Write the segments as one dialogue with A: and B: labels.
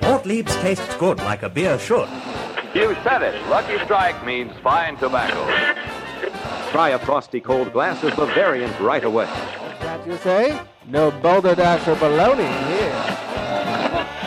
A: Gottlieb's tastes good like a beer should.
B: You said it. Lucky Strike means fine tobacco.
C: Try a frosty cold glass of Bavarian right away.
D: Can't you say? No balderdash or baloney here.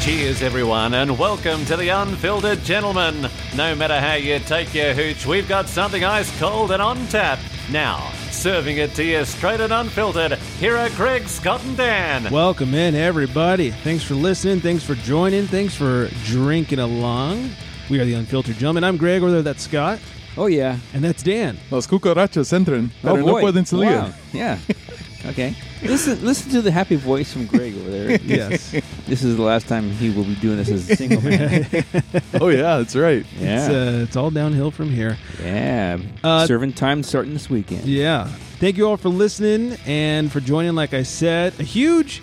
E: Cheers, everyone, and welcome to the Unfiltered Gentleman. No matter how you take your hooch, we've got something ice cold and on tap. Now, serving it to you straight and unfiltered, here are Craig, Scott, and Dan.
F: Welcome in, everybody. Thanks for listening. Thanks for joining. Thanks for drinking along. We are the Unfiltered Gentlemen. I'm Greg, or that's Scott,
G: Oh yeah.
F: and that's Dan.
H: Los cucarachas entran, pero
G: oh
H: no
G: boy.
H: pueden salir.
G: Wow. Yeah. okay. Listen, listen to the happy voice from Greg over there.
F: Yes.
G: This is the last time he will be doing this as a single man.
H: Oh yeah, that's right.
G: Yeah.
F: It's, uh, it's all downhill from here.
G: yeah.
F: Uh,
G: Serving time starting this weekend.
F: Yeah. Thank you all for listening and for joining. Like I said, a huge,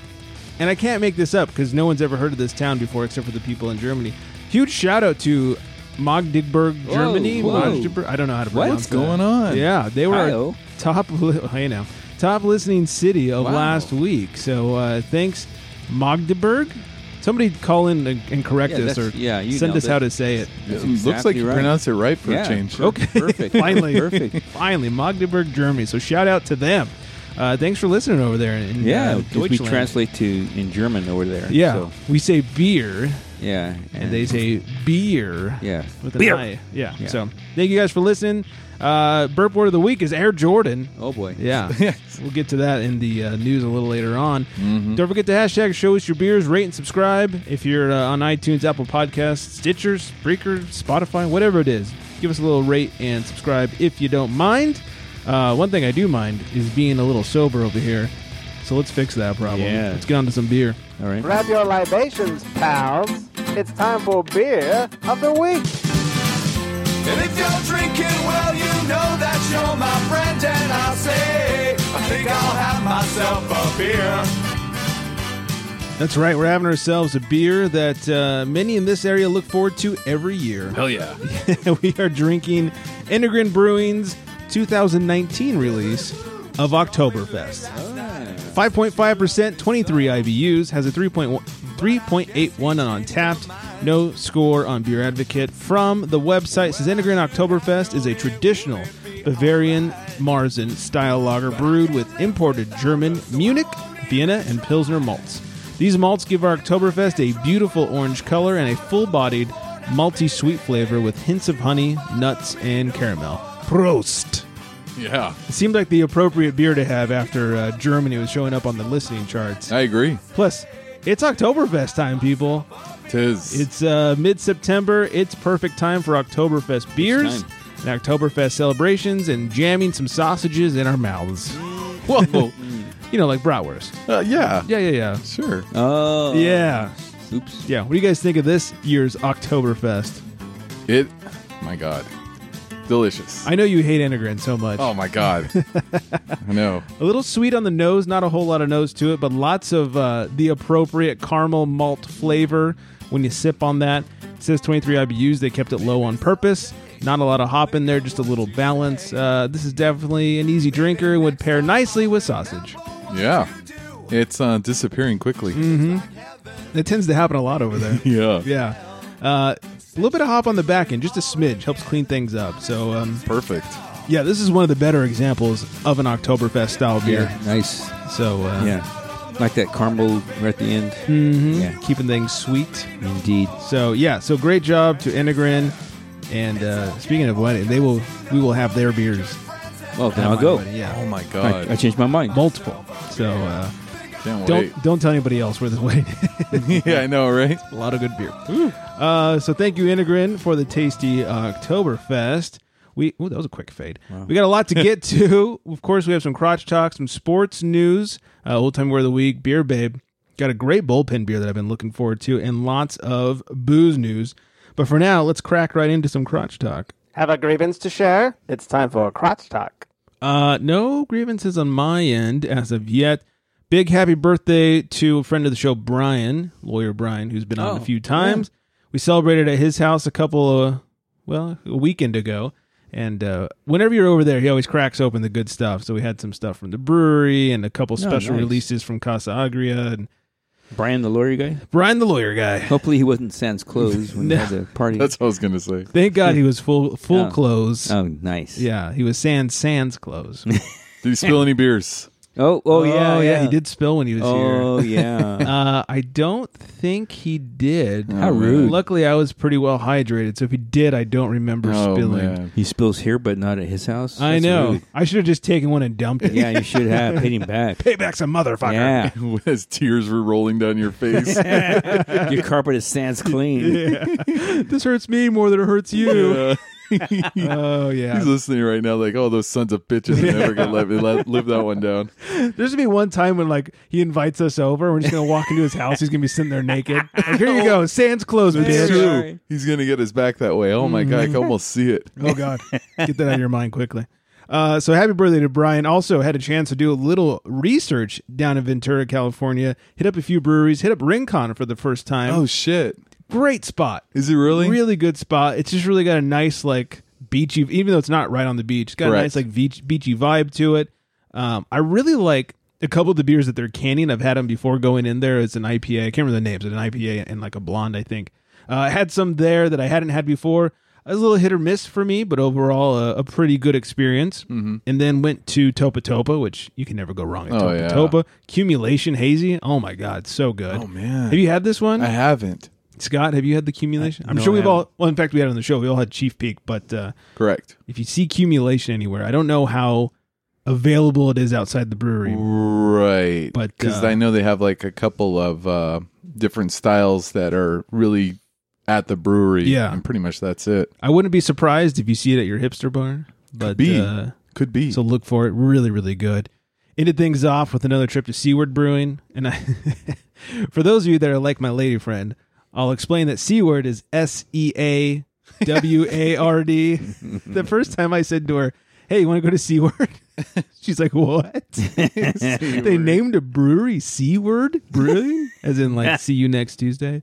F: and I can't make this up because no one's ever heard of this town before except for the people in Germany. Huge shout out to Magdeburg,
G: Whoa,
F: Germany.
G: whoa.
F: Magdeburg. I don't know how to pronounce
H: What's going on?
F: Yeah, they were
G: Hi-oh.
F: our top. Li- hey now, top listening city of
G: Wow.
F: last week. So uh, thanks, Magdeburg. Somebody call in and and correct
G: Yeah,
F: us or
G: that's- yeah, you
F: send
G: know
F: us how
G: that-
F: to say it.
H: It
G: That's
H: Looks like
G: exactly
H: you
G: right.
H: pronounced it right for
G: Yeah. Oh.
H: a change.
F: Okay.
G: Perfect.
F: Finally.
G: Perfect.
F: Finally, Magdeburg, Germany. So shout out to them. Uh, thanks for listening over there in
G: Yeah.
F: uh,
G: 'cause we
F: Deutschland.
G: translate to in German over there.
F: yeah,
G: So,
F: we say beer
G: yeah.
F: and they say beer.
G: Yeah.
F: with an
A: Beer.
F: I. Yeah.
G: Yeah.
F: So thank you guys for listening. Uh, burp word of the week is Air Jordan.
G: Oh boy.
F: Yeah. We'll get to that in the uh, news a little later on. Don't forget the hashtag show us your beers, rate and subscribe. If you're uh, on iTunes, Apple Podcasts, Stitcher, Spreaker, Spotify, whatever it is, give us a little rate and subscribe if you don't mind. Uh, one thing I do mind is being a little sober over here. So let's fix that problem.
G: Yeah.
F: Let's get on to some beer.
G: All right.
D: Grab your libations, pals. It's time for beer of the week.
B: And if you're drinking well, you know that you're my friend, and I'll say, I think I'll have myself a beer.
F: That's right. We're having ourselves a beer that uh, many in this area look forward to every year.
E: Hell yeah.
F: we are drinking Integrin Brewing's 2019 release of Oktoberfest. 5.5%, 23 IBUs, has a 3.1 3.81 on Untapped. No score on Beer Advocate. From the website, says Integrin Oktoberfest is a traditional Bavarian Marzen style lager brewed with imported German Munich, Vienna, and Pilsner malts. These malts give our Oktoberfest a beautiful orange color and a full bodied, malty sweet flavor with hints of honey, nuts, and caramel. Prost!
H: Yeah,
F: It seemed like the appropriate beer to have after uh, Germany was showing up on the listening charts.
H: I agree.
F: Plus, it's Oktoberfest time, people.
H: Tis.
F: It's uh, mid September. It's perfect time for Oktoberfest beers
G: time.
F: and Oktoberfest celebrations and jamming some sausages in our mouths.
H: whoa.
F: You know, like bratwurst.
H: Uh, yeah.
F: Yeah, yeah, yeah.
H: Sure.
G: Oh.
F: Yeah.
G: Oops.
F: Yeah. What do you guys think of this year's Oktoberfest?
H: It. My God. Delicious.
F: I know you hate Integrin so much.
H: oh my God. I know.
F: A little sweet on the nose, not a whole lot of nose to it, but lots of uh, the appropriate caramel malt flavor when you sip on that. It says 23 IBUs. They kept it low on purpose. Not a lot of hop in there, just a little balance. Uh, this is definitely an easy drinker and would pair nicely with sausage.
H: Yeah. It's uh, disappearing quickly.
G: Mm.
F: That tends to happen a lot over there.
H: Yeah.
F: yeah. Uh, a little bit of hop on the back end, just a smidge, helps clean things up. So, um,
H: Perfect.
F: yeah, this is one of the better examples of an Oktoberfest style beer.
G: Yeah. Nice.
F: So, uh,
G: Yeah. Like that caramel right at the end.
F: mhm.
G: Yeah.
F: keeping things sweet.
G: Indeed.
F: So yeah, so great job to Integrin. And uh, speaking of what, they will we will have their beers.
G: Well, then
F: at
G: I'll
F: my
G: go.
F: wedding,
H: Oh
F: Yeah,
H: my
G: I, I
H: God.
G: changed my mind.
F: multiple. So uh,
H: Can't
F: don't
H: wait.
F: don't tell anybody else where this wedding. is.
H: yeah, I know, right?
F: A lot of good beer. Uh, so thank you Integrin for the tasty uh, Oktoberfest. We ooh, that was a quick fade. We got a lot to get to. Of course, we have some crotch talk, some sports news, uh, old time word of the week, beer babe. Got a great bullpen beer that I've been looking forward to, and lots of booze news. But for now, let's crack right into some crotch talk.
D: Have a grievance to share? It's time for crotch talk.
F: Uh, no grievances on my end as of yet. Big happy birthday to a friend of the show, Brian, lawyer Brian, who's been
G: Oh,
F: on a few times. We celebrated at his house a couple of, well, a weekend ago. And uh, whenever you're over there, he always cracks open the good stuff. So we had some stuff from the brewery and a couple special
G: Oh, nice.
F: releases from Casa Agria and
G: Brian, the lawyer guy.
F: Brian the lawyer guy.
G: Hopefully, he wasn't sans clothes when he had the party.
H: That's what I was gonna say.
F: Thank God he was full full
G: Yeah.
F: clothes.
G: oh, nice.
F: Yeah, he was sans sans clothes.
H: Did you spill any beers?
G: Oh, oh, yeah,
F: Oh,
G: yeah.
F: He did spill when he was
G: Oh,
F: here.
G: yeah.
F: Uh, I don't think he did.
G: How rude.
F: Luckily, I was pretty well hydrated, so if he did, I don't remember
H: Oh
F: spilling.
H: man,
G: he spills here, but not at his house.
F: I
G: That's
F: know.
G: rude.
F: I should have just taken one and dumped it.
G: Yeah, you should have paid him back.
F: Payback's a motherfucker.
G: Yeah,
H: as tears were rolling down your face.
G: your carpet is sans clean.
F: This hurts me more than it hurts you.
H: Uh,
F: oh
H: He's
F: yeah.
H: listening right now, like, oh, those sons of bitches are never gonna let me let, live that one down.
F: There's gonna be one time when like he invites us over, we're just gonna walk into his house. He's gonna be sitting there naked. Like, here you go, sans clothes,
H: It's
F: bitch.
G: true.
H: true. He's gonna get his back that way. Oh my god, I can almost see it.
F: Oh God, get that out of your mind quickly. Uh, so happy birthday to Brian. Also had a chance to do a little research down in Ventura, California. Hit up a few breweries. Hit up Rincon for the first time.
H: Oh shit,
F: great spot.
H: is it really?
F: Really good spot. It's just really got a nice like beachy, even though it's not right on the beach. It's got a
H: Correct.
F: nice like beach, beachy vibe to it. Um, I really like a couple of the beers that they're canning. I've had them before going in there. It's an IPA. I can't remember the names. It's an IPA and like a blonde, I think. Uh, I had some there that I hadn't had before. It was a little hit or miss for me, but overall a, a pretty good experience. Mm-hmm. And then went to Topa Topa, which you can never go wrong at
H: Oh,
F: Topa
H: yeah.
F: Topa. Accumulation Hazy. Oh my God, so good.
H: Oh man,
F: Have you had this one?
H: I haven't.
F: Scott, have you had the cumulation? I'm
G: no,
F: sure
G: I
F: we've all. Well, in fact, we had it on the show. We all had Chief Peak, but uh,
H: Correct.
F: if you see cumulation anywhere, I don't know how available it is outside the brewery.
H: Right.
F: But,
H: because
F: uh,
H: I know they have like a couple of uh, different styles that are really at the brewery.
F: Yeah.
H: And pretty much that's it.
F: I wouldn't be surprised if you see it at your hipster bar, but
H: be.
F: Uh,
H: Could be.
F: so look for it. Really, really good. Ended things off with another trip to Seaward Brewing, and I, for those of you that are like my lady friend, I'll explain that Seaward is S E A W A R D. The first time I said to her, "Hey, you want to go to Seaward?" She's like, "What?" they named a brewery Seaward Brewing, as in like see you next Tuesday.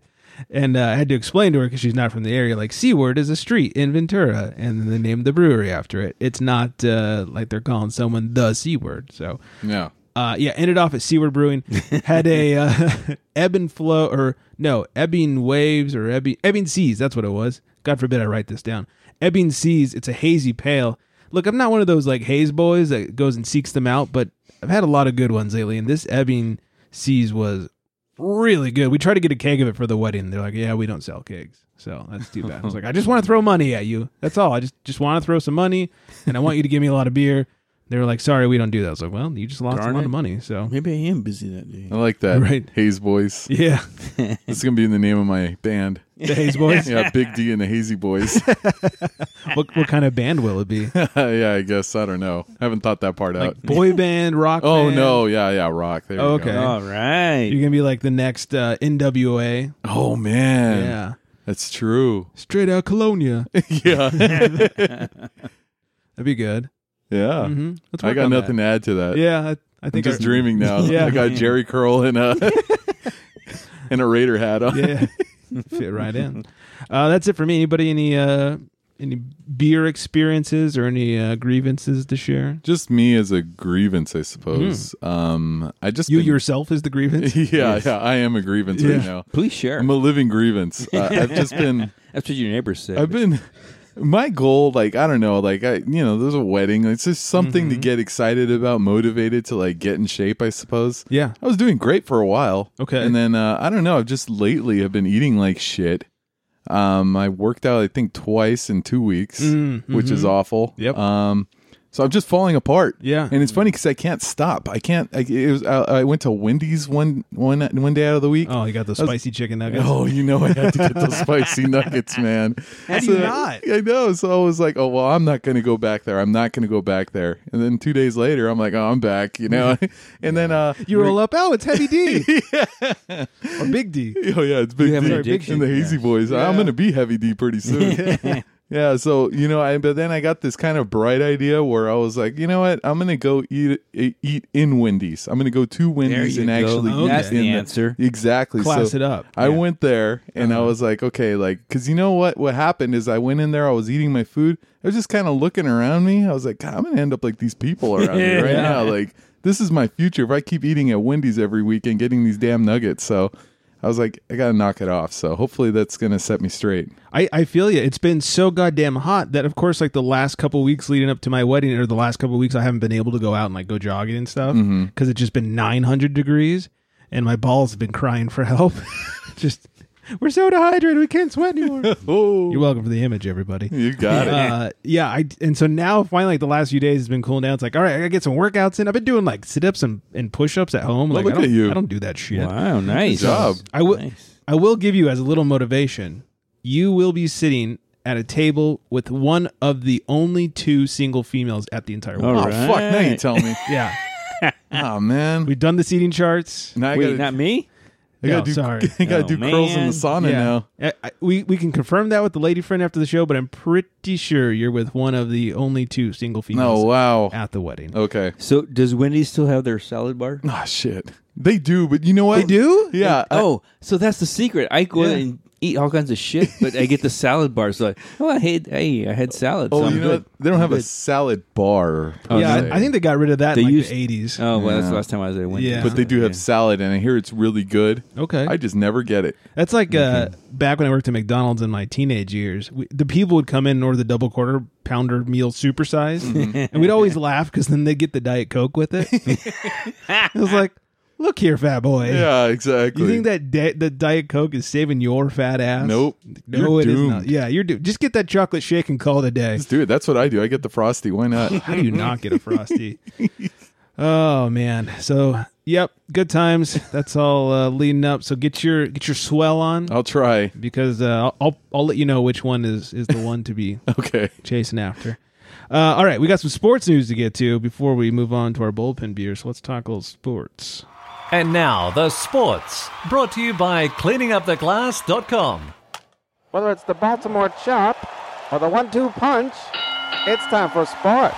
F: And uh, I had to explain to her because she's not from the area. Like Seaward is a street in Ventura, and then they named the brewery after it. It's not uh, like they're calling someone the Seaward. So
H: yeah.
F: uh, yeah, ended off at Seaward Brewing. Had a uh, ebb and flow, or no, ebbing waves or ebbing ebbing seas. That's what it was. God forbid I write this down. Ebbing seas. It's a hazy pale. Look, I'm not one of those like haze boys that goes and seeks them out, but I've had a lot of good ones lately, and this ebbing seas was really good. We tried to get a keg of it for the wedding. They're like, "Yeah, we don't sell kegs." So that's too bad. I was like, "I just want to throw money at you. That's all. I just just want to throw some money, and I want you to give me a lot of beer." They were like, "Sorry, we don't do that." I was like, "Well, you just lost
G: Darn
F: a lot
G: it.
F: of money." So
G: Maybe I am busy that day.
H: I like that.
F: Right.
H: Haze Boys.
F: yeah,
H: This is going to be in the name of my band.
F: the Hayes boys.
H: Yeah. Big D and the Hazy Boys.
F: What what kind of band will it be?
H: yeah. I guess. I don't know. I haven't thought that part out.
F: Like boy band, rock?
H: Oh,
F: band?
H: no. Yeah. Yeah. Rock. There we
F: Oh, Okay.
H: go.
G: All right.
F: You're gonna be like the next uh, NWA.
H: Oh, man.
F: Yeah,
H: That's true.
F: straight out Colonia. That'd
H: yeah.
F: be good.
H: Yeah.
F: Mm-hmm. Let's
H: I
F: work
H: got
F: on
H: nothing
F: That.
H: to add to that.
F: Yeah, I, I
H: I'm
F: think
H: just
F: our-
H: dreaming now.
F: Yeah.
H: I got Jerry Curl and a and a Raider hat on.
F: yeah fit right in uh, that's it for me anybody any uh any beer experiences or any uh, grievances to share
H: Just me as a grievance, I suppose. Um, I just
F: Mm. you
H: been-
F: yourself is the grievance
H: yeah, yeah. I am a grievance
F: Yeah.
H: right now.
G: Please share.
H: I'm a living grievance. Uh, I've just been.
G: That's what your neighbors said.
H: I've been. My goal, like I don't know, like I, you know, there's a wedding. It's just something
F: Mm-hmm.
H: to get excited about, motivated to like get in shape, I suppose.
F: yeah
H: I was doing great for a while.
F: Okay.
H: And then uh, I don't know. I've just lately have been eating like shit. Um, I worked out I think twice in two weeks,
F: Mm,
H: which is awful.
F: Yep.
H: Um, so I'm just falling apart.
F: Yeah.
H: And it's funny because I can't stop. I can't. I, it was. I, I went to Wendy's one one one day out of the week.
F: oh you got the spicy chicken nuggets
H: Oh, you know I had to get those spicy nuggets, man. How
F: do you not?
H: I know. So I was like, oh well, I'm not going to go back there. I'm not going to go back there. And then two days later, I'm like, oh, I'm back. You know. and then uh,
F: you roll up oh it's heavy d or big d
H: Oh yeah, it's big
G: have an
H: D
G: addiction,
H: and the
G: yeah.
H: Hazy Boys. I'm gonna be heavy D pretty soon. Yeah, so you know, I but then I got this kind of bright idea where I was like, you know what, I'm gonna go eat e- eat in Wendy's. I'm gonna go to Wendy's
G: you
H: and
G: go.
H: actually
F: Okay.
H: eat
F: That's
G: the
H: in
G: answer.
H: exactly.
F: Class
H: So
F: it up. Uh-huh.
H: I went there and I was like, okay, like, cause you know what? What happened is I went in there. I was eating my food. I was just kind of looking around me. I was like, God, I'm gonna end up like these people around me right now. Like, this is my future if I keep eating at Wendy's every week and getting these damn nuggets. So. I was like, I gotta knock it off. So hopefully that's gonna set me straight.
F: I, I feel you. It's been so goddamn hot that, of course, like the last couple weeks leading up to my wedding, or the last couple weeks, I haven't been able to go out and like go jogging and stuff because
H: Mm-hmm.
F: it's just been 900 degrees and my balls have been crying for help. just, we're so dehydrated, we can't sweat anymore.
H: Oh.
F: You're welcome for the image, everybody.
H: You got it.
F: Uh, yeah, I and so now finally, like the last few days has been cooling down. It's like, all right, I gotta get some workouts in. I've been doing like sit ups and, and push ups at home. Like,
H: look
F: I don't,
H: at you.
F: I don't do that shit.
G: Wow, nice
H: job.
F: I will.
G: Nice.
F: I will give you as a little motivation. You will be sitting at a table with one of the only two single females at the entire
G: All
F: world.
H: Oh
G: right.
H: fuck! Now you tell me.
F: Yeah,
H: oh man.
F: we've done the seating charts.
H: now I
G: Wait,
H: gotta,
G: not me.
H: I gotta
F: No,
H: do,
F: sorry.
H: I gotta
G: Oh,
H: do curls in
G: man.
H: the sauna
F: Yeah,
H: now.
F: I, I- we we can confirm that with the lady friend after the show, but I'm pretty sure you're with one of the only two single
H: No,
F: females
H: Oh, wow.
F: at the wedding.
H: Okay.
G: So does Wendy's still have their salad bar?
H: Ah, shit. They do, but you know what?
F: They do?
H: Yeah. I-
G: oh, so that's the secret. I go
H: Yeah.
G: in and eat all kinds of shit, but I get the salad bar. So, I, oh, I had, hey, I had salad. so
H: oh,
G: I'm
H: you know
G: good.
H: what? They don't have
G: I'm
H: a
G: good.
H: salad bar. per
F: Oh, yeah,
H: se.
F: I, I think they got rid of that
G: They
F: in like,
G: used-
F: the 80s.
G: Oh, well, that's
H: Yeah.
G: the last time I was at Wendy's.
F: Yeah.
H: But they do have salad, and I hear it's really good.
F: Okay.
H: I just never get it.
F: That's like uh, back when I worked at McDonald's in my teenage years. We, the people would come in and order the double quarter pounder meal supersize,
H: Mm-hmm.
F: and we'd always laugh because then they get the diet coke with it. it was like, look here, fat boy.
H: Yeah, exactly.
F: You think that di- the diet coke is saving your fat ass?
H: Nope.
F: No,
H: You're
F: it is not.
H: doomed.
F: Yeah, you're doomed. Just get that chocolate shake and call it a day.
H: Just do it. That's what I do. I get the frosty. Why not?
F: How do you not get a frosty? oh man. So yep, good times. That's all uh, leading up. So get your get your swell on
H: I'll try.
F: because uh, I'll I'll let you know which one is is the one to be
H: Okay.
F: chasing after. Uh, all right, we got some sports news to get to before we move on to our bullpen beer. So let's talk a little sports.
E: And now, the sports, brought to you by cleaninguptheglass.com.
D: Whether it's the Baltimore chop or the one-two punch, it's time for sports.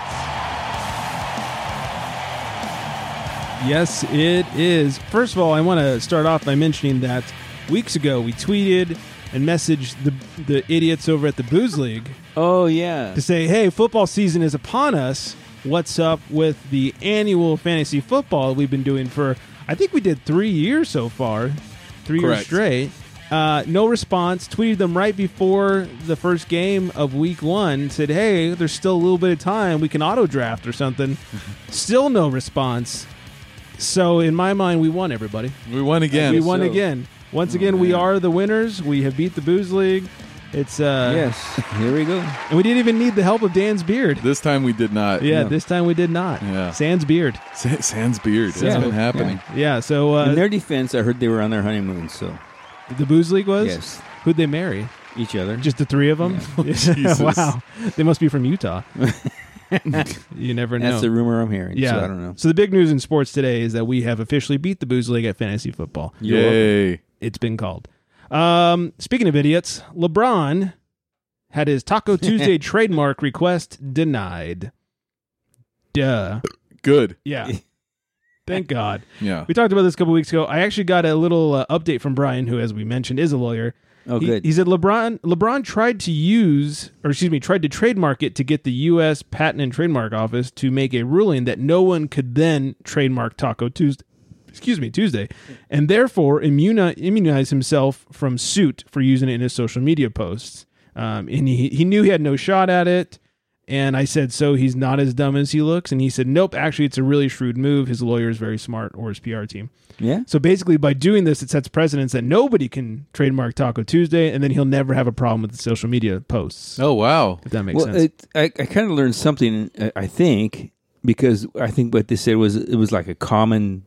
F: Yes, it is. First of all, I want to start off by mentioning that weeks ago we tweeted and messaged the the idiots over at the Booze League
G: Oh, yeah.
F: to say, "Hey, football season is upon us. What's up with the annual fantasy football we've been doing for? I think we did three years so far, three
H: Correct.
F: years straight. Uh, no response. Tweeted them right before the first game of week one. Said, "Hey, there's still a little bit of time. We can auto draft or something." Still no response. So in my mind, we won everybody.
H: We won again.
F: we won
G: so-
F: again. Once again, we are the winners. We have beat the booze league. It's uh,
G: Yes. Here we go.
F: and we didn't even need the help of Dan's beard.
H: This time we did not.
F: Yeah, this time we did not.
H: Yeah.
F: Sans beard.
H: Sa- Sans beard. It's
F: Yeah.
H: been happening.
F: Yeah, so
G: In
F: uh,
G: their defense, I heard they were on their honeymoon, so
F: the booze league was.
G: yes,
F: Who'd they marry?
G: each other.
F: Just the three of them. wow, they must be from Utah. you never know.
G: That's the rumor I'm hearing.
F: yeah,
G: so I don't know.
F: So the big news in sports today is that we have officially beat the booze league at fantasy football.
H: Yay.
F: It's been called. Um, speaking of idiots, LeBron had his Taco Tuesday trademark request denied. Duh.
H: Good.
F: Yeah. Thank God.
H: Yeah.
F: We talked about this a couple weeks ago. I actually got a little uh, update from Brian, who, as we mentioned, is a lawyer.
G: Oh,
F: he,
G: good.
F: He said LeBron LeBron tried to use, or excuse me, tried to trademark it to get the U.S. Patent and Trademark Office to make a ruling that no one could then trademark Taco Tuesday. Excuse me, Tuesday, and therefore immuni- immunize himself from suit for using it in his social media posts. Um, and he, he knew he had no shot at it. And I said, so he's not as dumb as he looks. And he said, nope, actually, it's a really shrewd move. His lawyer is very smart, or his PR team.
G: yeah.
F: So basically, by doing this, it sets precedents that nobody can trademark Taco Tuesday, and then he'll never have a problem with the social media posts.
H: Oh wow.
F: If that makes
G: Well,
F: sense.
G: it, I, I kind of learned something. I- I think because I think what they said was it was like a common,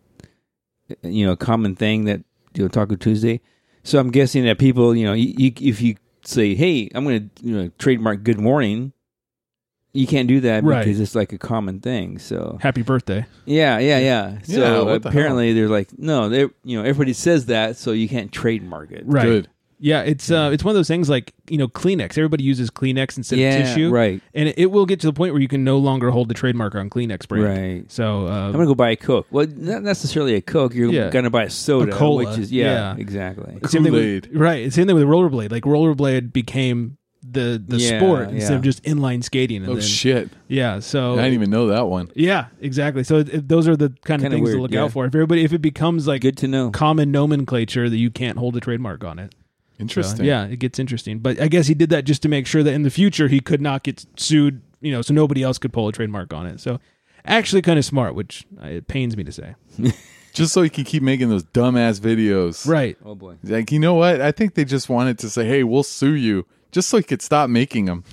G: uh, you know, a common thing that you know Taco Tuesday. So I'm guessing that people, you know, you, you, if you say, "Hey, I'm going to you know trademark Good Morning," you can't do that
F: Right.
G: because it's like a common thing. So
F: Happy birthday.
G: Yeah, yeah, yeah.
H: Yeah,
G: So
H: what the
G: apparently they're like, no, they you know everybody says that, so you can't trademark it.
F: Right.
H: Good.
F: Yeah, it's uh, it's one of those things like you know Kleenex. Everybody uses Kleenex instead
G: Yeah,
F: of tissue,
G: right.
F: And it, it will get to the point where you can no longer hold the trademark on Kleenex brand.
G: Right.
F: So uh,
G: I'm gonna go buy a Coke. Well, not necessarily a Coke. You're
F: Yeah.
G: gonna buy a soda,
F: A cola.
G: which is yeah,
F: Yeah.
G: exactly.
F: same thing with,
H: Kool-Aid.
F: right. It's same thing with rollerblade. Like rollerblade became the the
G: Yeah,
F: sport instead
G: yeah.
F: of just inline skating. And
H: Oh
F: then,
H: shit!
F: Yeah. So
H: I didn't even know that one.
F: yeah, exactly. So it, it- those are the kind of
G: Kinda
F: things to
G: weird,
F: look
G: yeah.
F: out for. If everybody, if it becomes like
G: Good to know.
F: common nomenclature that you can't hold a trademark on it. So,
H: Interesting.
F: yeah, it gets interesting. But I guess he did that just to make sure that in the future he could not get sued, you know, so nobody else could pull a trademark on it. So actually kind of smart, which uh, it pains me to say.
H: Just so you can keep making those dumbass videos.
F: Right.
G: Oh boy.
H: Like you know what? I think they just wanted to say, "Hey, we'll sue you," just so you could stop making them.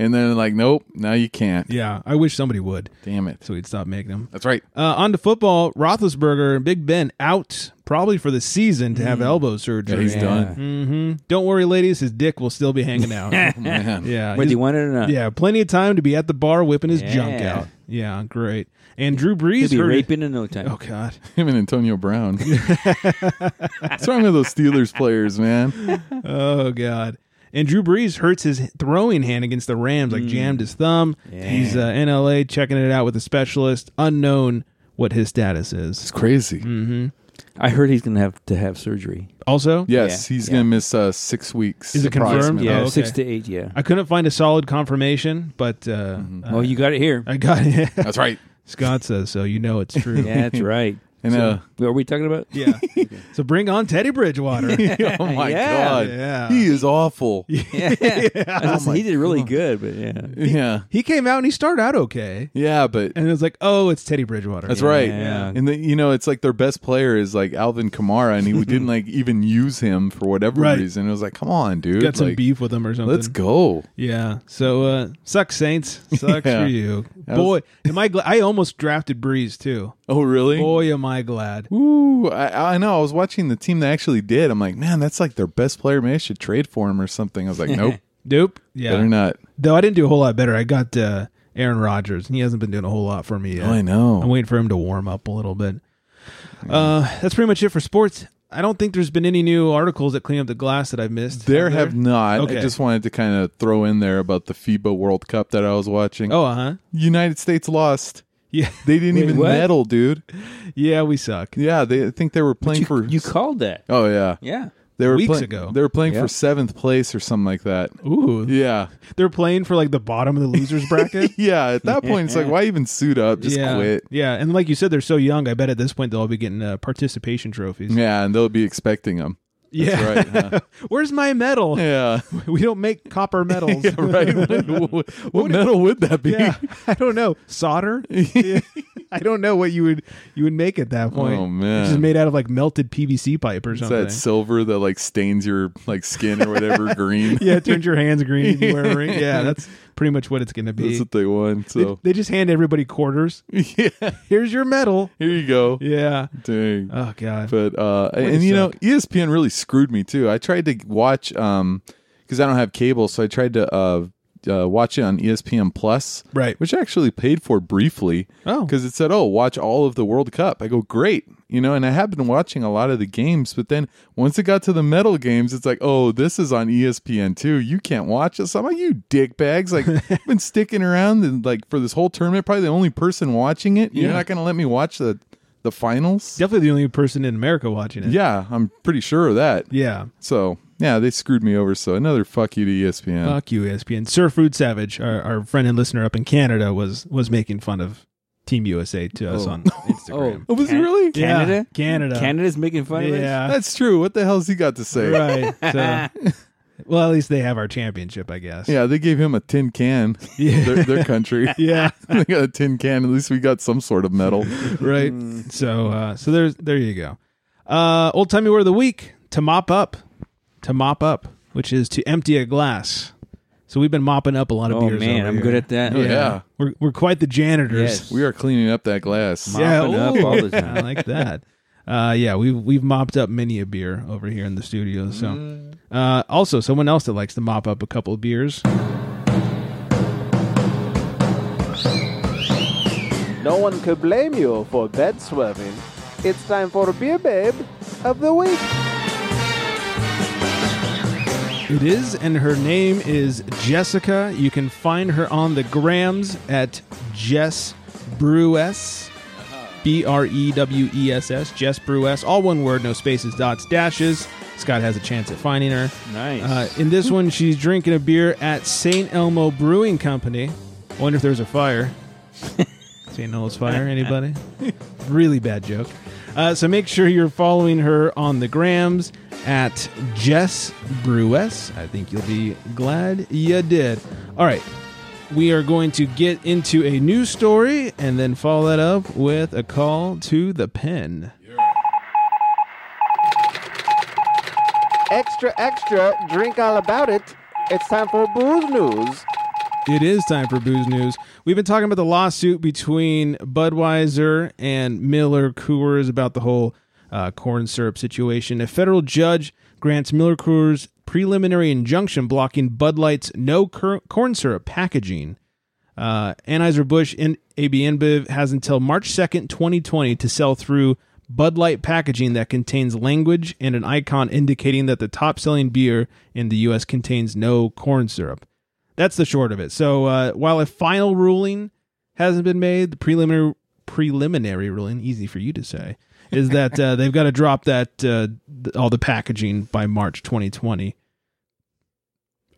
H: And then like, nope, now you can't.
F: Yeah, I wish somebody would.
H: Damn it.
F: So he'd stop making them.
H: That's right.
F: Uh, on to football. Roethlisberger and Big Ben out probably for the season to
G: Mm.
F: have elbow surgery.
H: He's done.
F: Don't worry, ladies. His dick will still be hanging out.
H: Man.
F: yeah.
G: Whether
F: his-
G: you want it or not,
F: yeah, plenty of time to be at the bar whipping his junk
G: Yeah.
F: out. Yeah, great. And Drew Brees
G: you'll be
F: hurt-
G: raping in no time.
F: Oh God.
H: Him and Antonio Brown. What's wrong with those Steelers players, man?
F: Oh God. And Drew Brees hurts his throwing hand against the Rams, like jammed his thumb. He's uh, in LA checking it out with a specialist. Unknown what his status is.
H: It's crazy.
G: I heard he's gonna have to have surgery.
F: Also,
H: Yes,
G: Yeah,
H: he's
G: yeah.
H: gonna miss uh, six weeks.
F: Is it confirmed?
H: approximately.
F: Yeah.
G: Yeah,
F: Oh, okay.
G: six to eight. Yeah.
F: I couldn't find a solid confirmation, but uh, uh,
G: oh, you got it here.
F: I got it.
H: That's right.
F: Scott says so. You know it's true.
G: yeah, that's right.
H: And uh,
G: What are we talking about?
F: Yeah. So bring on Teddy Bridgewater.
H: oh my
G: Yeah.
H: god,
F: Yeah.
H: he is awful.
G: I
F: Oh,
G: was gonna say, he did really good, but yeah.
H: Yeah,
F: he came out and he started out okay,
H: yeah, but
F: and it was like, oh, it's Teddy Bridgewater.
H: that's right.
G: Yeah.
H: And the, you know, it's like their best player is like Alvin Kamara, and he didn't like even use him for whatever
F: Right.
H: reason. It was like, come on, dude,
F: Got some
H: Like,
F: beef with him or something.
H: Let's go.
F: Yeah. So uh sucks Saints. Sucks
H: Yeah.
F: for you.
H: That
F: Boy, am I glad I almost drafted Breeze too.
H: Oh, really?
F: Boy am I glad.
H: Ooh, I, I know. I was watching the team that actually did. I'm like, man, that's like their best player. Maybe I should trade for him or something. I was like, nope,
F: Nope. Yeah.
H: better not.
F: Though I didn't do a whole lot better. I got uh Aaron Rodgers and he hasn't been doing a whole lot for me yet.
H: Oh, I
F: I'm
H: know.
F: waiting for him to warm up a little bit. Uh that's pretty much it for sports. I don't think there's been any new articles that clean up the glass that I've missed.
H: There have not.
F: Okay.
H: I just wanted to kind of throw in there about the FIBA World Cup that I was watching.
F: Oh, uh huh.
H: United States lost.
F: Yeah.
H: They didn't even
G: what?
H: medal, dude.
F: Yeah, we suck.
H: Yeah, they I think they were playing for.
G: You called that.
H: oh yeah,
G: Yeah.
H: they were
F: Weeks
H: playing,
F: ago.
H: They were playing
G: Yeah.
H: for seventh place or something like that.
F: Ooh.
H: Yeah,
F: They're playing for like the bottom of the losers bracket.
H: yeah. At that point, it's like, why even suit up? Just
F: yeah.
H: quit.
F: Yeah, and like you said, they're so young. I bet at this point they'll all be getting uh, participation trophies.
H: Yeah, and they'll be expecting them.
F: yeah.
H: Right. huh?
F: Where's my medal?
H: yeah.
F: We don't make copper medals.
H: Yeah, right. What, what, what medal would that be?
F: Yeah, I don't know solder. Yeah. I don't know what you would you would make at that point.
H: Oh, man.
F: it's just made out of like melted PVC pipe or
H: It's
F: something.
H: that silver that like stains your like skin or whatever green.
F: yeah, it turns your hands green. And you wear a ring. Yeah, that's pretty much what it's going to
H: That's
F: be.
H: what they won.
F: They,
H: So
F: they just hand everybody quarters.
H: yeah,
F: Here's your medal.
H: here you go.
F: Yeah.
H: Dang.
F: Oh god.
H: but uh and you know
F: suck.
H: espn really screwed me too i tried to watch um because i don't have cable so i tried to uh, uh watch it on espn plus
F: Right.
H: which i actually paid for briefly
F: Oh.
H: because it said oh watch all of the world cup i go great you know and i have been watching a lot of the games but then once it got to the medal games it's like oh this is on espn too you can't watch this i'm like you dickbags like i've been sticking around and like for this whole tournament probably the only person watching it you're
F: Yeah.
H: not gonna let me watch the the finals
F: Definitely the only person in America watching it.
H: yeah, I'm pretty sure of that.
F: Yeah.
H: So yeah, they screwed me over. So another fuck you to E ESPN.
F: Fuck you, ESPN. Sir Food Savage, our, our friend and listener up in Canada, was was making fun of Team USA to us on Instagram.
H: oh, was he
G: Can-
H: really?
F: Yeah,
G: Canada?
F: Canada,
G: Oh, Canada's making fun of us.
F: Yeah,
H: That's true. What the hell's he got to say?
F: right. So, well, at least they have our championship, I guess.
H: Yeah, they gave him a tin can.
F: Yeah.
H: their, their country.
F: yeah,
H: they got a tin can. At least we got some sort of medal.
F: right.
G: Mm.
F: So, uh, so there's there you go. Uh, old timey word of the week: to mop up, to mop up, which is to empty a glass. So we've been mopping up a lot of
G: Oh
F: beers.
G: man,
F: over
G: I'm
F: here.
G: good at that.
H: Oh, Yeah.
F: We're we're quite the janitors.
G: Yes.
H: we are cleaning up that glass.
G: Mop. Mopping up
F: ooh.
G: all the time.
F: I like that. Uh, yeah, we've we've mopped up many a beer over here in the studio. So, uh, also someone else that likes to mop up a couple of beers.
D: No one could blame you for bed swerving. It's time for Beer Babe of the Week.
F: It is, and her name is Jessica. You can find her on the grams at Jess Brewess. B R E W E S S, Jess Brewess, all one word, no spaces, dots, dashes. Scott has a chance at finding her.
G: Nice.
F: Uh, in this one, she's drinking a beer at St. Elmo Brewing Company. I wonder if there's a fire. St. Elmo's fire, anybody? really bad joke. Uh, so make sure you're following her on the grams at Jess Brewess. I think you'll be glad you did. All right. We are going to get into a news story and then follow that up with a call to the pen.
D: Extra, extra, drink all about it. It's time for booze news.
F: It is time for booze news. We've been talking about the lawsuit between Budweiser and Miller Coors about the whole uh, corn syrup situation. A federal judge grants Miller Coors preliminary injunction blocking Bud Light's no cur- corn syrup packaging. Uh, Anheuser-Busch and AB InBev has until March 2nd, 2020 to sell through Bud Light packaging that contains language and an icon indicating that the top-selling beer in the U.S. contains no corn syrup. That's the short of it. So uh, while a final ruling hasn't been made, the preliminary preliminary ruling, easy for you to say, is that uh, they've got to drop that uh, th- all the packaging by March 2020.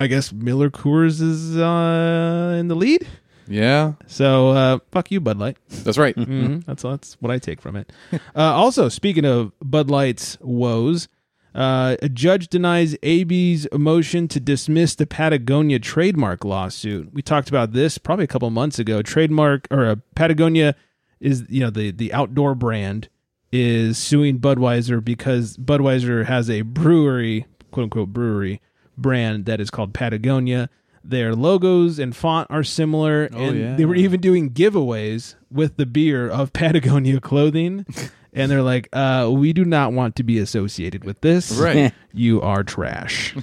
F: I guess Miller Coors is uh, in the lead.
H: Yeah,
F: So uh, fuck you, Bud Light.
H: that's right.
F: Mm-hmm. That's that's what I take from it. uh, also, speaking of Bud Light's woes, uh, a judge denies AB's motion to dismiss the Patagonia trademark lawsuit. We talked about this probably a couple months ago. Trademark or uh, Patagonia is you know the the outdoor brand is suing Budweiser because Budweiser has a brewery, quote unquote brewery brand that is called Patagonia. Their logos and font are similar, and
H: yeah.
F: they were even doing giveaways with the beer of Patagonia clothing. and they're like, uh, "We do not want to be associated with this.
H: Right.
F: You are trash."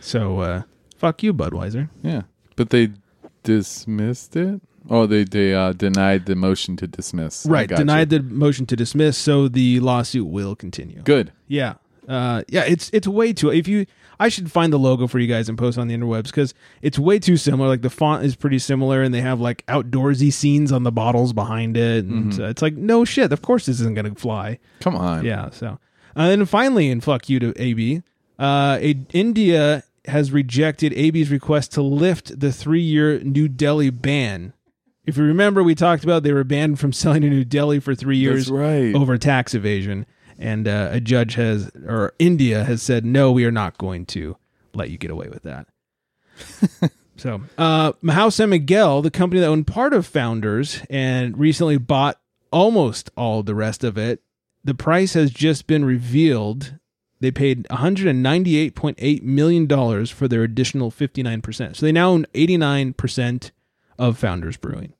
F: so, uh, fuck you, Budweiser.
H: Yeah, but they dismissed it. Oh, they they uh, denied the motion to dismiss. I
F: Right,
H: gotcha.
F: denied the motion to dismiss, so the lawsuit will continue.
H: Good.
F: Yeah. Uh, yeah, it's it's way too. If you, I should find the logo for you guys and post on the interwebs because it's way too similar. Like the font is pretty similar, and they have like outdoorsy scenes on the bottles behind it,
H: Mm-hmm.
F: and uh, it's like no shit. Of course, this isn't gonna fly.
H: Come on.
F: Yeah. So, Uh, and then finally, and fuck you to AB. Uh, a, India has rejected AB's request to lift the three-year New Delhi ban. If you remember, we talked about they were banned from selling to New Delhi for three years
H: That's right.
F: over tax evasion, and uh, a judge has or India has said no, we are not going to let you get away with that. So, uh, Mahou San Miguel, the company that owned part of Founders and recently bought almost all the rest of it, the price has just been revealed. They paid $198.8 million for their additional 59%. So they now own 89% of Founders Brewing.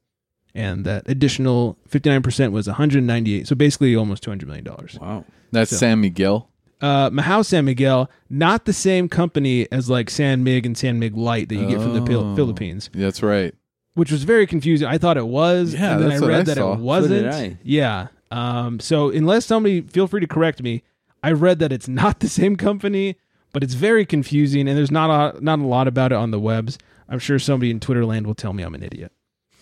F: And that additional 59% was 198. So basically almost $200 million.
G: wow.
H: That's Sam Miguel.
F: Uh, Mahou San Miguel, not the same company as like San Mig and San Mig Light that you get from the Phil- Philippines
H: That's right.
F: which was very confusing. I thought it was,
H: Yeah,
F: and then I
H: that's what
F: read
H: I
F: that
H: saw.
F: it
H: So
F: wasn't.
G: did I.
F: Yeah. Um, so unless somebody, feel free to correct me. I read that it's not the same company, but it's very confusing, and there's not a, not a lot about it on the webs. I'm sure somebody in Twitter land will tell me I'm an idiot.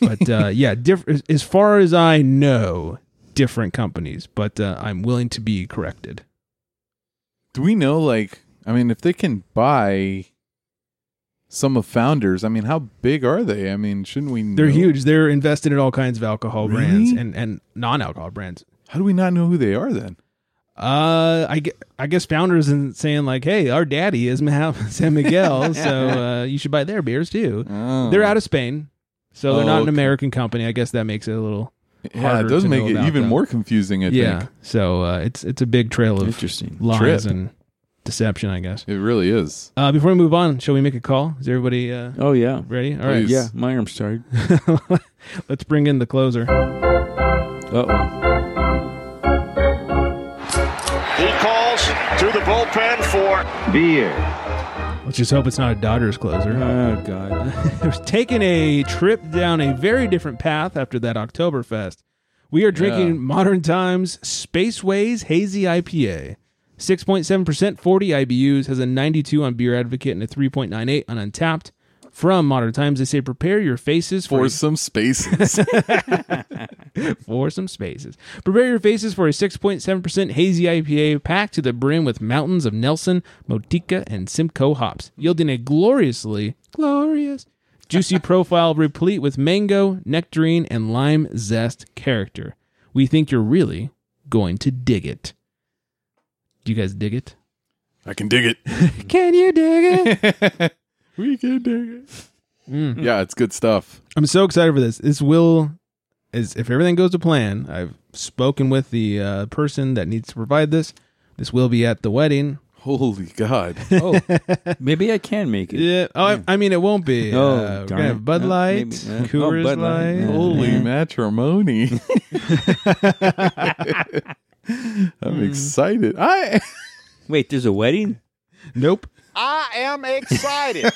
F: But uh, yeah, diff- as- as far as I know, different companies, but uh, I'm willing to be corrected.
H: Do we know, like, I mean, if they can buy some of Founders, I mean, how big are they? I mean, shouldn't we?
F: They're
H: know?
F: huge. They're invested in all kinds of alcohol brands
H: Really?
F: and, and non-alcohol brands.
H: How do we not know who they are then?
F: Uh, I, gue- I guess founders and saying like, hey, our daddy is Mahal- San Miguel, so uh, you should buy their beers too.
H: Oh.
F: They're out of Spain, so they're
H: Oh,
F: not an
H: okay.
F: American company. I guess that makes it a little
H: Yeah,
F: harder
H: it does
F: to
H: make
F: know
H: it
F: about
H: even
F: them.
H: more confusing. I
F: yeah.
H: think
F: So uh, it's it's a big trail of
G: Interesting.
F: lies
H: Trip.
F: and deception, I guess.
H: it really is.
F: Uh, before we move on, shall we make a call? Is everybody uh,
G: Oh yeah.
F: ready? All right,
H: Please.
G: Yeah, my arm's tired.
F: let's bring in the closer.
G: Uh-oh.
B: He calls to the bullpen for
F: Let's just hope it's not a Dodgers closer.
G: Oh god.
F: It was taking a trip down a very different path after that Oktoberfest. We are drinking
H: Yeah.
F: Modern Times Spaceways Hazy IPA. 6.7%, 40 IBUs, has a 92 on Beer Advocate and a 3.98 on Untapped. From Modern Times, they say prepare your faces for,
H: For some spaces.
F: for some spaces. Prepare your faces for a 6.7% hazy IPA packed to the brim with mountains of Nelson, Motica, and Simcoe hops, yielding a gloriously glorious juicy profile replete with mango, nectarine, and lime zest character. We think you're really going to dig it. Do you guys dig it?
H: I can dig it.
F: Can you dig it?
H: We can dig it.
F: Mm.
H: Yeah, it's good stuff.
F: I'm so excited for this. This will is if everything goes to plan. I've spoken with the uh, person that needs to provide this. This will be at the wedding.
H: Holy God.
G: Oh, maybe I can make it.
F: Yeah. Oh, I, I mean, it won't be.
G: Oh,
F: uh, we're
G: darn
F: gonna
G: it.
F: have Bud
G: Uh,
F: Light,
G: maybe, uh, oh,
F: Coors
G: Bud Light,
F: Light.
G: yeah.
H: Holy matrimony. I'm excited. I
G: Wait, there's a wedding?
F: Nope.
B: I am excited.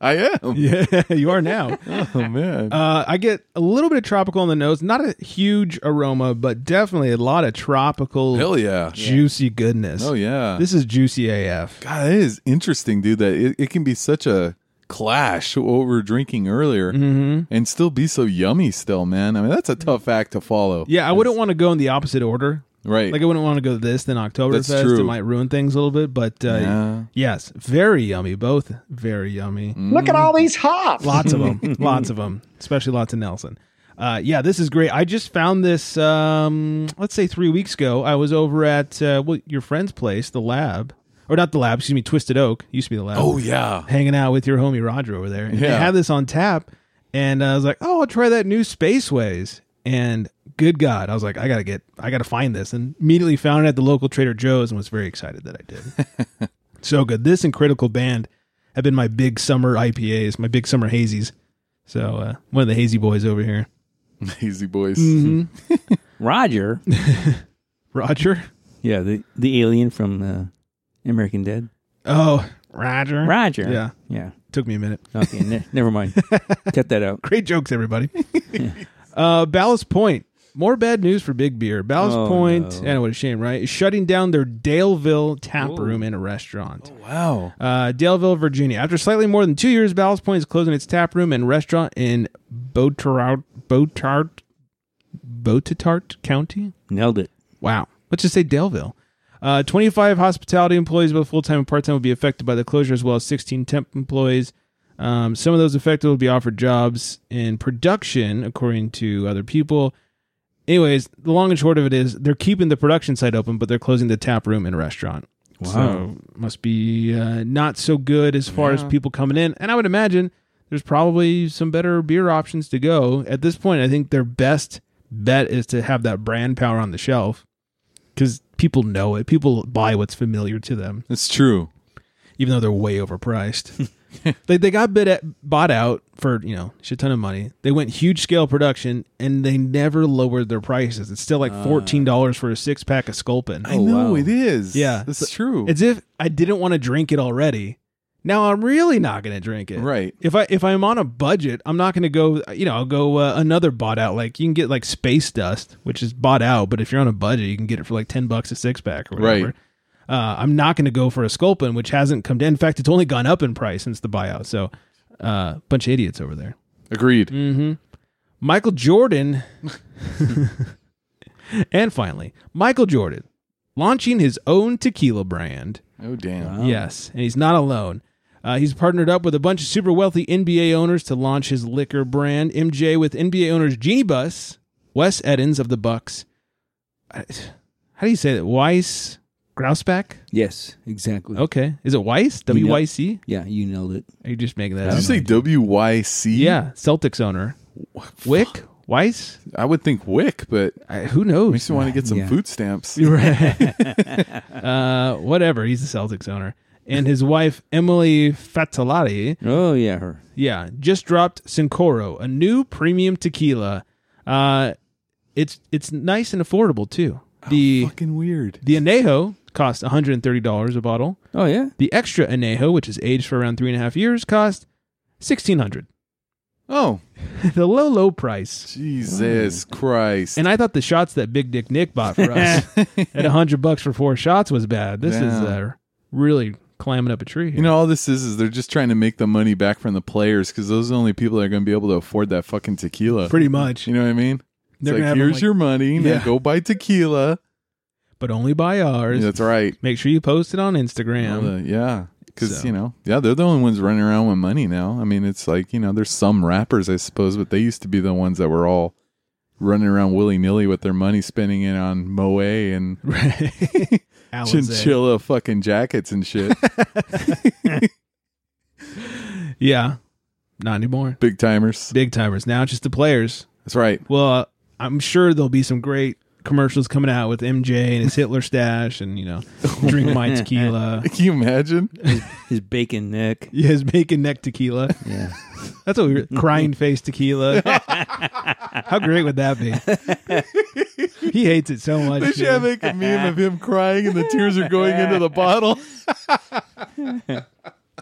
H: I am.
F: Yeah, you are now.
H: Oh man.
F: Uh, I get a little bit of tropical in the nose. Not a huge aroma, but definitely a lot of tropical,
H: Hell yeah.
F: juicy goodness.
H: Oh yeah.
F: This is juicy AF.
H: God, that is interesting, dude. That it, it can be such a clash what we were drinking earlier and still be so yummy still, man. I mean, that's a tough act to follow.
F: Yeah, I wouldn't want to go in the opposite order.
H: Right.
F: Like I wouldn't want to go this then
H: That's
F: Oktoberfest.
H: true.
F: It might ruin things a little bit, but uh,
H: Yeah.
F: yes, very yummy. Both very yummy.
I: Look at all these hops.
F: Lots of them. lots of them. Especially lots of Nelson. Uh, yeah, this is great. I just found this. Um, let's say three weeks ago, I was over at uh, well, your friend's place, the lab, or not the lab. Excuse me, Twisted Oak used to be the lab.
H: oh yeah.
F: hanging out with your homie Roger over there. And They
H: Yeah.
F: had this on tap, and I was like, "Oh, I'll try that new Spaceways." And good God, I was like, "I gotta get, I gotta find this." And immediately found it at the local Trader Joe's and was very excited that I did. so good. This and Critical Band have been my big summer IPAs, my big summer hazies. So uh, one of the hazy boys over here,
H: Easy boys.
G: Roger?
F: Roger.
G: yeah, the, the alien from uh, American Dead.
F: Oh, Roger.
G: Roger.
F: Yeah.
G: Yeah.
F: Took me a minute.
G: Okay, ne- never mind. Cut that out.
F: Great jokes, everybody. uh, Ballast Point. More bad news for Big Beer. Ballast
G: Oh,
F: Point,
G: no.
F: and what a shame, right? Is shutting down their Daleville tap room and a restaurant.
G: Oh,
H: Wow.
F: Uh, Daleville, Virginia. After slightly more than two years, Ballast Point is closing its tap room and restaurant in Botart, Botart, Botitart County.
G: Nailed it.
F: Wow. Let's just say Daleville. Uh, 25 hospitality employees, both full time and part time, will be affected by the closure, as well as 16 temp employees. Um, some of those affected will be offered jobs in production, according to other people. Anyways, the long and short of it is they're keeping the production site open, but they're closing the tap room and restaurant. So must be uh, not so good as far as people coming in. And I would imagine there's probably some better beer options to go. At this point, I think their best bet is to have that brand power on the shelf because people know it. People buy what's familiar to them,
H: It's true.
F: even though they're way overpriced. they they got bid at, bought out for you know shit ton of money. They went huge scale production and they never lowered their prices. It's still like fourteen dollars for a six pack of Sculpin.
H: I know
G: wow.
H: it is.
F: Yeah.
H: It's
F: So-
H: true.
F: It's if I didn't want to drink it already. Now I'm really not going to drink it.
H: Right.
F: If I if I'm on a budget, I'm not going to go. You know, I'll go uh, another bought out. Like you can get like space dust, which is bought out, but if you're on a budget, you can get it for like ten bucks a six pack or whatever.
H: Right.
F: Uh, I'm not going to go for a Sculpin, which hasn't come down. In fact, it's only gone up in price since the buyout. So, uh, bunch of idiots over there.
H: Agreed.
F: Michael Jordan. and finally, Michael Jordan launching his own tequila brand.
H: Oh damn.
F: Yes, and he's not alone. Uh, he's partnered up with a bunch of super wealthy NBA owners to launch his liquor brand. MJ with NBA owners Genie Bus, Wes Edens of the Bucks. I- How do you say that? Weiss Grouseback?
G: Yes, exactly.
F: Okay. Is it Weiss? W Y C?
G: Yeah, you nailed it.
F: Are you just making that
H: Did you
F: up?
H: say W Y C?
F: Yeah, Celtics owner. Wick? Weiss?
H: I would think Wick, but
F: I, who knows?
H: makes me want to get some
G: Yeah.
H: food stamps.
F: uh, whatever. He's the Celtics owner. And his wife, Emily Fatalati.
G: Oh yeah, her.
F: Yeah, just dropped Sincoro, a new premium tequila. Uh, it's it's nice and affordable too.
H: Oh,
F: The
H: Fucking weird.
F: the anejo costs one hundred and thirty dollars a bottle.
G: Oh yeah.
F: The extra anejo, which is aged for around three and a half years, costs sixteen hundred.
H: Oh,
F: the low, low price.
H: Jesus Christ.
F: And I thought the shots that Big Dick Nick bought for us at a hundred bucks for four shots was bad. This is
H: Yeah.
F: uh, really climbing up a tree. Here.
H: you know, all this is is they're just trying to make the money back from the players because those are the only people that are going to be able to afford that fucking tequila.
F: pretty much.
H: you know what I mean? It's
F: They're gonna
H: like,
F: have 'em,
H: here's
F: like-
H: your money.
F: Yeah.
H: Now go buy tequila.
F: But only buy ours.
H: That's right.
F: Make sure you post it on
H: All
F: Instagram.
H: the- yeah. Because,
F: So.
H: you know, yeah, they're the only ones running around with money now. I mean, it's like, you know, there's some rappers, I suppose, but they used to be the ones that were all running around willy nilly with their money spending it on Moe and
F: Alizé.
H: chinchilla fucking jackets and shit.
F: Yeah. Not anymore.
H: Big timers.
F: Big timers. Now it's just the players.
H: That's right.
F: Well, uh, I'm sure there'll be some great commercials coming out with MJ and his Hitler stash and, you know, drink my tequila.
H: Can you imagine?
G: His bacon neck.
F: Yeah, his bacon neck tequila.
G: Yeah.
F: That's what we were, crying face tequila. How great would that be? he hates it so much.
H: They should
F: dude.
H: have make a meme of him crying and the tears are going into the bottle.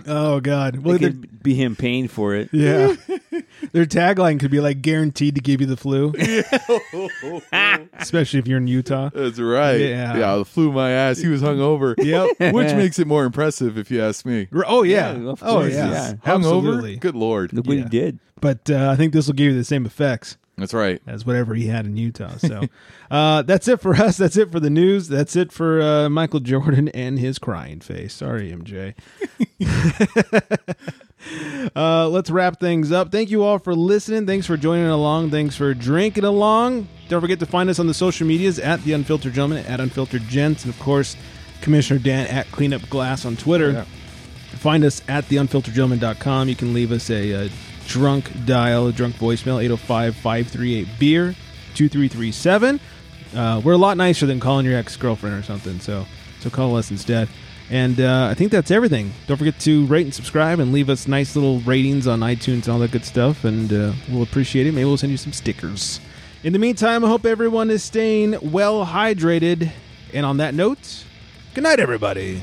F: Oh God! Well,
G: It
F: their-
G: could be him paying for it.
F: yeah, their tagline could be like "guaranteed to give you the flu," especially if you're in Utah.
H: That's right.
F: Yeah.
H: Yeah, the flew my ass. He was hungover.
F: Yep.
H: Which makes it more impressive if you ask me.
F: R- Oh yeah.
G: Yeah, of
F: oh
G: course,
F: yeah.
G: yeah.
F: Absolutely.
H: Hungover? Good lord.
G: Look what
F: Yeah.
G: he did.
F: But uh, I think this will give you the same effects
H: That's right.
F: as whatever he had in Utah. So uh, that's it for us. That's it for the news. That's it for uh, Michael Jordan and his crying face. Sorry, MJ. uh, let's wrap things up. Thank you all for listening. Thanks for joining along. Thanks for drinking along. Don't forget to find us on the social medias at the Unfiltered Gentleman, at Unfiltered Gents, and of course, Commissioner Dan at Cleanup Glass on
G: Oh,
F: Twitter. Find us at theunfilteredgentleman.com. You can leave us a, uh drunk dial, a drunk voicemail, 805 538 beer 2337. Uh, we're a lot nicer than calling your ex girlfriend or something, so so call us instead. And uh, I think that's everything. Don't forget to rate and subscribe and leave us nice little ratings on iTunes and all that good stuff, and uh, we'll appreciate it. Maybe we'll send you some stickers. In the meantime, I hope everyone is staying well hydrated. And on that note, good night, everybody.